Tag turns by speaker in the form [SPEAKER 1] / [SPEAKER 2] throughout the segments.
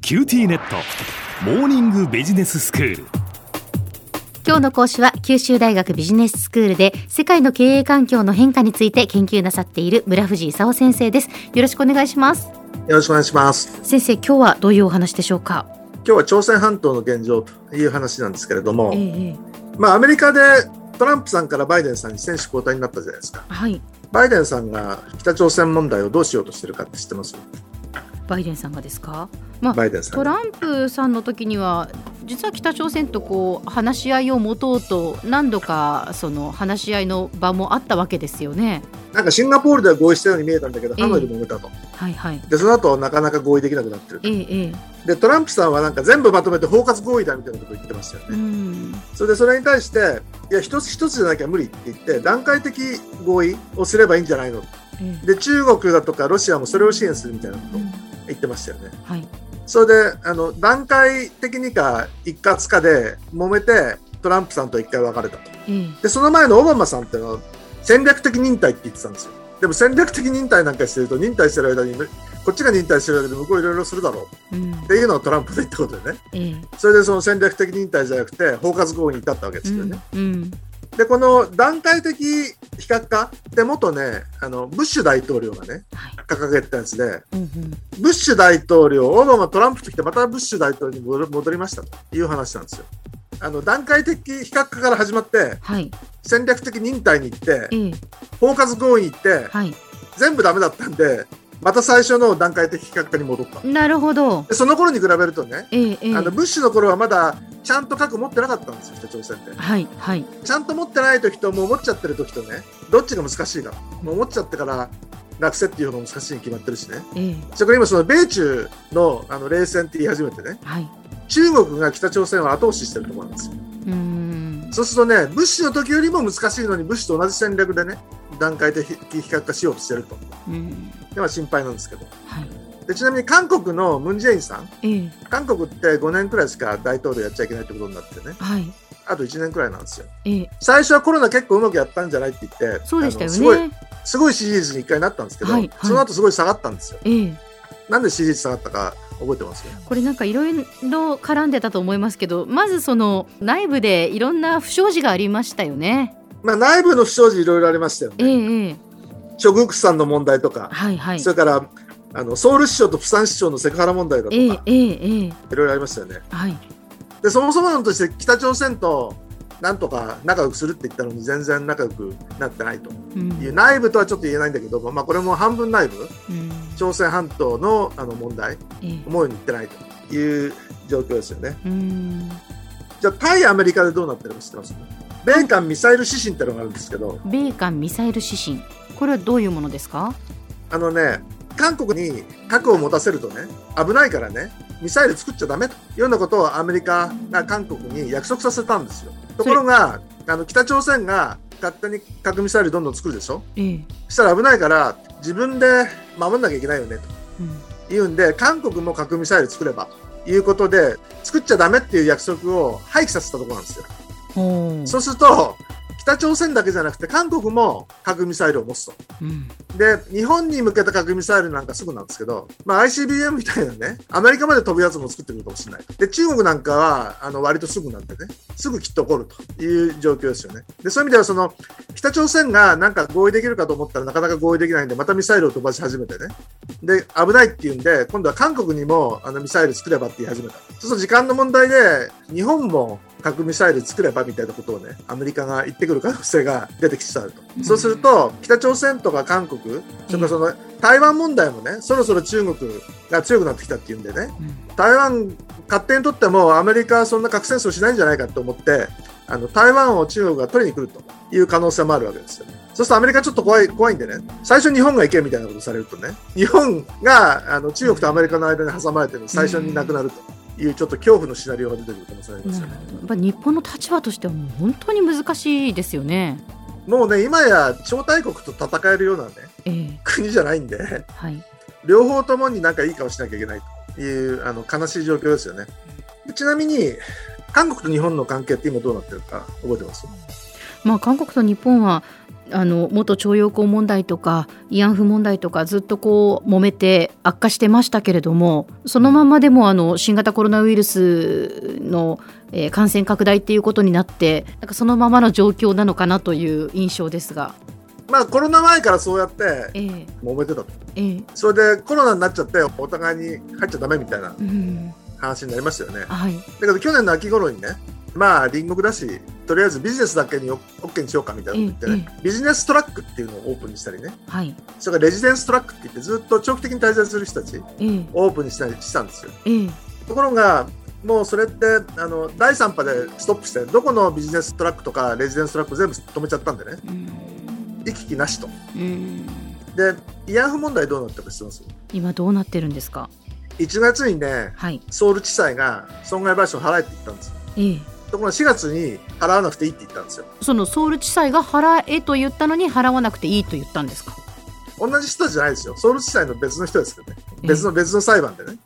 [SPEAKER 1] キューティーネットモーニングビジネススクール
[SPEAKER 2] 今日の講師は九州大学ビジネススクールで世界の経営環境の変化について研究なさっている村藤勲先生ですよろしくお願いします
[SPEAKER 3] よろしくお願いします
[SPEAKER 2] 先生今日はどういうお話でしょうか
[SPEAKER 3] 今日は朝鮮半島の現状という話なんですけれども、
[SPEAKER 2] ええ
[SPEAKER 3] まあアメリカでトランプさんからバイデンさんに選手交代になったじゃないですか
[SPEAKER 2] はい
[SPEAKER 3] バイデンさんが北朝鮮問題をどうしようとしてるかって知ってます
[SPEAKER 2] バイデンさんがですかまあ
[SPEAKER 3] バイデンさん
[SPEAKER 2] トランプさんの時には実は北朝鮮とこう話し合いを持とうと何度かその話し合いの場もあったわけですよね
[SPEAKER 3] なんかシンガポールでは合意したように見えたんだけど
[SPEAKER 2] ええ
[SPEAKER 3] ハノイでもめたと、
[SPEAKER 2] はいはい
[SPEAKER 3] でその後なかなか合意できなくなってる
[SPEAKER 2] えええ
[SPEAKER 3] でトランプさんはなんか全部まとめて包括合意だみたいなこと言ってましたよ
[SPEAKER 2] えう
[SPEAKER 3] ね、
[SPEAKER 2] ん
[SPEAKER 3] それでそれに対していや一つ一つじゃなきゃ無理って言って段階的合意をすればいいんじゃないの
[SPEAKER 2] ええ
[SPEAKER 3] で中国だとかロシアもそれを支援するみたいなことを言ってましたよね
[SPEAKER 2] はい
[SPEAKER 3] それであの段階的にか一括かで揉めてトランプさんと一回別れたと
[SPEAKER 2] ええ
[SPEAKER 3] でその前のオバマさんっていうのは戦略的忍耐って言ってたんですよでも戦略的忍耐なんかしてると忍耐してる間にこっちが忍耐してるだけで向こういろいろするだろう
[SPEAKER 2] うん
[SPEAKER 3] っていうのがトランプで言ったことでね
[SPEAKER 2] ええ
[SPEAKER 3] それでその戦略的忍耐じゃなくて包括合意に至ったわけですよね、
[SPEAKER 2] うん
[SPEAKER 3] でこの段階的非核化って元ねあのブッシュ大統領がね
[SPEAKER 2] はい
[SPEAKER 3] 掲げてたやつで
[SPEAKER 2] うんうん
[SPEAKER 3] ブッシュ大統領、オバマ、トランプときて、またブッシュ大統領に戻戻りましたという話なんですよ。あの段階的非核化から始まって、
[SPEAKER 2] はい
[SPEAKER 3] 戦略的忍耐に行って、
[SPEAKER 2] ええ
[SPEAKER 3] 包括合意に行って、
[SPEAKER 2] はい
[SPEAKER 3] 全部ダメだったんで、また最初の段階的非核化に戻った。
[SPEAKER 2] なるほど
[SPEAKER 3] でその頃に比べるとね、
[SPEAKER 2] ええええ
[SPEAKER 3] あのブッシュの頃はまだちゃんと核持ってなかったんですよ、北朝鮮って。
[SPEAKER 2] はいはい
[SPEAKER 3] ちゃんと持ってない時と、もう持っちゃってる時とね、どっちが難しいか、もう持っちゃってからなくせっていう方が難しいに決まってるしね。
[SPEAKER 2] ええ
[SPEAKER 3] それから今、その米中のあの冷戦って言い始めてね、
[SPEAKER 2] はい
[SPEAKER 3] 中国が北朝鮮を後押ししてるところなんですよ。
[SPEAKER 2] うん
[SPEAKER 3] そうするとね、物資の時よりも難しいのに、物資と同じ戦略でね、段階的非核化しようとしてると。
[SPEAKER 2] うん
[SPEAKER 3] では心配なんですけど。
[SPEAKER 2] はい
[SPEAKER 3] でちなみに韓国のムン・ジェインさん、
[SPEAKER 2] ええ
[SPEAKER 3] 韓国って5年くらいしか大統領やっちゃいけないってことになってね、
[SPEAKER 2] はい
[SPEAKER 3] あと1年くらいなんですよ。
[SPEAKER 2] ええ
[SPEAKER 3] 最初はコロナ結構うまくやったんじゃないって言って、
[SPEAKER 2] そうでした
[SPEAKER 3] あのすご
[SPEAKER 2] よ
[SPEAKER 3] い
[SPEAKER 2] ね
[SPEAKER 3] すごい支持率に1回なったんですけど、
[SPEAKER 2] はいはい
[SPEAKER 3] その後すごい下がったんですよ。
[SPEAKER 2] ええ
[SPEAKER 3] なんで支持率下がったか覚えてます
[SPEAKER 2] これなんかいろいろ絡んでたと思いますけどまずその内部でいろんな不祥事がありましたよね。
[SPEAKER 3] まあ内部の不祥事いろいろありましたよ
[SPEAKER 2] ええ
[SPEAKER 3] ね。
[SPEAKER 2] ええ
[SPEAKER 3] 諸国産の問題とか、
[SPEAKER 2] はいはい。
[SPEAKER 3] それからあのソウル市長と釜山市長のセクハラ問題だとか、
[SPEAKER 2] ええ
[SPEAKER 3] い
[SPEAKER 2] ええええ
[SPEAKER 3] ろいろありましたよね。
[SPEAKER 2] はい
[SPEAKER 3] でそもそも論として北朝鮮となんとか仲良くするって言ったのに全然仲良くなってないと
[SPEAKER 2] う
[SPEAKER 3] いうん内部とはちょっと言えないんだけど、まあ、これも半分内部
[SPEAKER 2] うん
[SPEAKER 3] 朝鮮半島のあの問題
[SPEAKER 2] ええ
[SPEAKER 3] 思うようにいってないという状況ですよね。
[SPEAKER 2] うん
[SPEAKER 3] じゃあ対アメリカでどうなってるか知ってます米韓ミサイル指針ってのがあるんですけど
[SPEAKER 2] 米韓ミサイル指針これはどういうものですか？
[SPEAKER 3] あのね韓国に核を持たせるとね危ないからねミサイル作っちゃダメというようなことをアメリカが韓国に約束させたんですよところがあの北朝鮮が勝手に核ミサイルどんどん作るでしょ
[SPEAKER 2] ええ
[SPEAKER 3] そしたら危ないから自分で守んなきゃいけないよね
[SPEAKER 2] うん
[SPEAKER 3] というんで韓国も核ミサイル作ればということで作っちゃダメっていう約束を廃棄させたところなんですよ
[SPEAKER 2] ほう
[SPEAKER 3] そうすると北朝鮮だけじゃなくて韓国も核ミサイルを持つと
[SPEAKER 2] うん
[SPEAKER 3] で、日本に向けた核ミサイルなんかすぐなんですけど、まあ、ICBM みたいなね、アメリカまで飛ぶやつも作ってくるかもしれない。で、中国なんかは、あの、割とすぐなんでね、すぐきっと起こるという状況ですよね。で、そういう意味では、その、北朝鮮がなんか合意できるかと思ったらなかなか合意できないんで、またミサイルを飛ばし始めてね。で、危ないっていうんで、今度は韓国にも、あの、ミサイル作ればって言い始めた。そうすると時間の問題で、日本も核ミサイル作ればみたいなことをね、アメリカが言ってくる可能性が出てきつつあると。そうすると、北朝鮮とか韓国、それからその台湾問題もね、そろそろ中国が強くなってきたっていうんでね、
[SPEAKER 2] うん
[SPEAKER 3] 台湾勝手にとってもアメリカはそんな核戦争しないんじゃないかと思って、あの台湾を中国が取りに来るという可能性もあるわけですよ。そうするとアメリカちょっと怖い怖いんでね、最初日本が行けみたいなことされるとね、日本があの中国とアメリカの間に挟まれてる最初になくなるというちょっと恐怖のシナリオが出てくる可能性があります
[SPEAKER 2] な
[SPEAKER 3] よ
[SPEAKER 2] る
[SPEAKER 3] ね。
[SPEAKER 2] ほど。やっぱ日本の立場としてはもう本当に難しいですよね。
[SPEAKER 3] もうね、今や超大国と戦えるようなね、
[SPEAKER 2] ええ
[SPEAKER 3] 国じゃないんで。
[SPEAKER 2] はい
[SPEAKER 3] 両方ともになんかいい顔しなきゃいけないというあの悲しい状況ですよね。でちなみに、韓国と日本の関係って今どうなってるか覚えてます
[SPEAKER 2] まあ、韓国と日本はあの元徴用工問題とか慰安婦問題とかずっとこう揉めて悪化してましたけれどもそのままでもあの新型コロナウイルスの、えー感染拡大っていうことになってなんかそのままの状況なのかなという印象ですが。
[SPEAKER 3] まあコロナ前からそうやって
[SPEAKER 2] ええ
[SPEAKER 3] 揉めてたと
[SPEAKER 2] ええ
[SPEAKER 3] それでコロナになっちゃってお互いに入っちゃダメみたいな
[SPEAKER 2] うん
[SPEAKER 3] 話になりましたよね
[SPEAKER 2] はい
[SPEAKER 3] だけど去年の秋頃にねまあ隣国だしとりあえずビジネスだけに OK にしようかみたいなこと言ってね、ビジネストラックっていうのをオープンにしたりね
[SPEAKER 2] はい
[SPEAKER 3] それからレジデンストラックって言ってずっと長期的に滞在する人たちを
[SPEAKER 2] ええ
[SPEAKER 3] オープンにしたりしたんですよ
[SPEAKER 2] ええ
[SPEAKER 3] ところがもうそれってあの第3波でストップしてどこのビジネストラックとかレジデンストラック全部止めちゃったんでね
[SPEAKER 2] うん
[SPEAKER 3] 行き来なしと
[SPEAKER 2] うん
[SPEAKER 3] で慰安婦問題どうなったか知ってます
[SPEAKER 2] 今どうなってるんですか
[SPEAKER 3] 1月にね
[SPEAKER 2] はい
[SPEAKER 3] ソウル地裁が損害賠償払えって言ったんですよ
[SPEAKER 2] ええ
[SPEAKER 3] ところが4月に払わなくていいって言ったんですよ
[SPEAKER 2] そのソウル地裁が払えと言ったのに払わなくていいと言ったんですか
[SPEAKER 3] 同じ人じゃないですよソウル地裁の別の人ですけどね別の別の裁判でね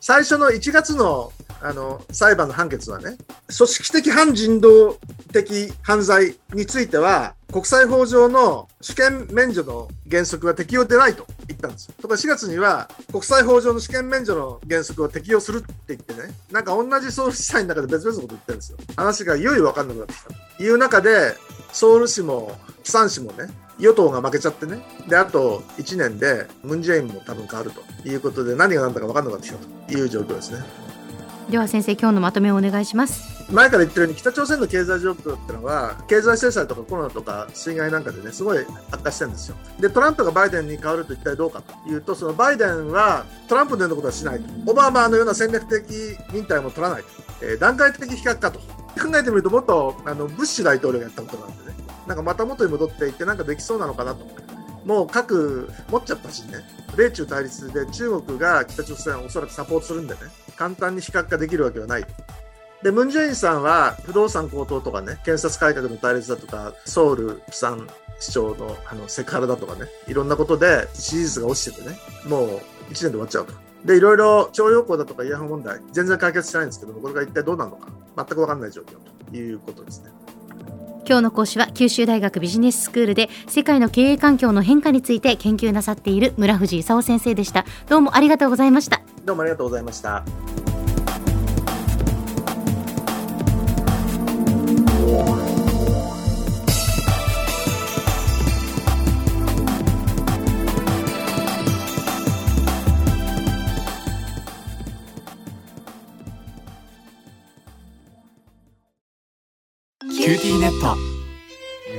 [SPEAKER 3] 最初の1月のあの裁判の判決はね組織的反人道的犯罪については国際法上の主権免除の原則は適用でないと言ったんですよ。とか4月には国際法上の主権免除の原則を適用するって言ってねなんか同じソウル地裁の中で別々のこと言ってるんですよ。話がいよいよ分かんなくなってきたという中でソウル市も釜山市もね与党が負けちゃってねであと1年でムン・ジェインも多分変わるということで何が何だか分かんなくなってきたという状況ですね。
[SPEAKER 2] では先生今日のまとめをお願いします
[SPEAKER 3] 前から言ってるように北朝鮮の経済状況ってのは経済制裁とかコロナとか水害なんかでねすごい悪化してるんですよでトランプがバイデンに変わると一体どうかというとそのバイデンはトランプのようなことはしないとオバマのような戦略的忍耐も取らないと、えー段階的非核化と考えてみるともっとあのブッシュ大統領がやったことなんでねなんかまた元に戻っていってなんかできそうなのかなともう核持っちゃったしね米中対立で中国が北朝鮮をおそらくサポートするんでね簡単に非核化できるわけはないでムン・ジェインさんは不動産高騰とかね検察改革の対立だとかソウル釜山市長のあのセクハラだとかねいろんなことで支持率が落ちててねもう1年で終わっちゃうと。でいろいろ徴用工だとか慰安婦問題全然解決してないんですけどもこれが一体どうなるのか全く分かんない状況ということですね。
[SPEAKER 2] 今日の講師は九州大学ビジネススクールで世界の経営環境の変化について研究なさっている村藤功先生でしたどうもありがとうございました
[SPEAKER 3] どうもありがとうございました。
[SPEAKER 4] キューティーネット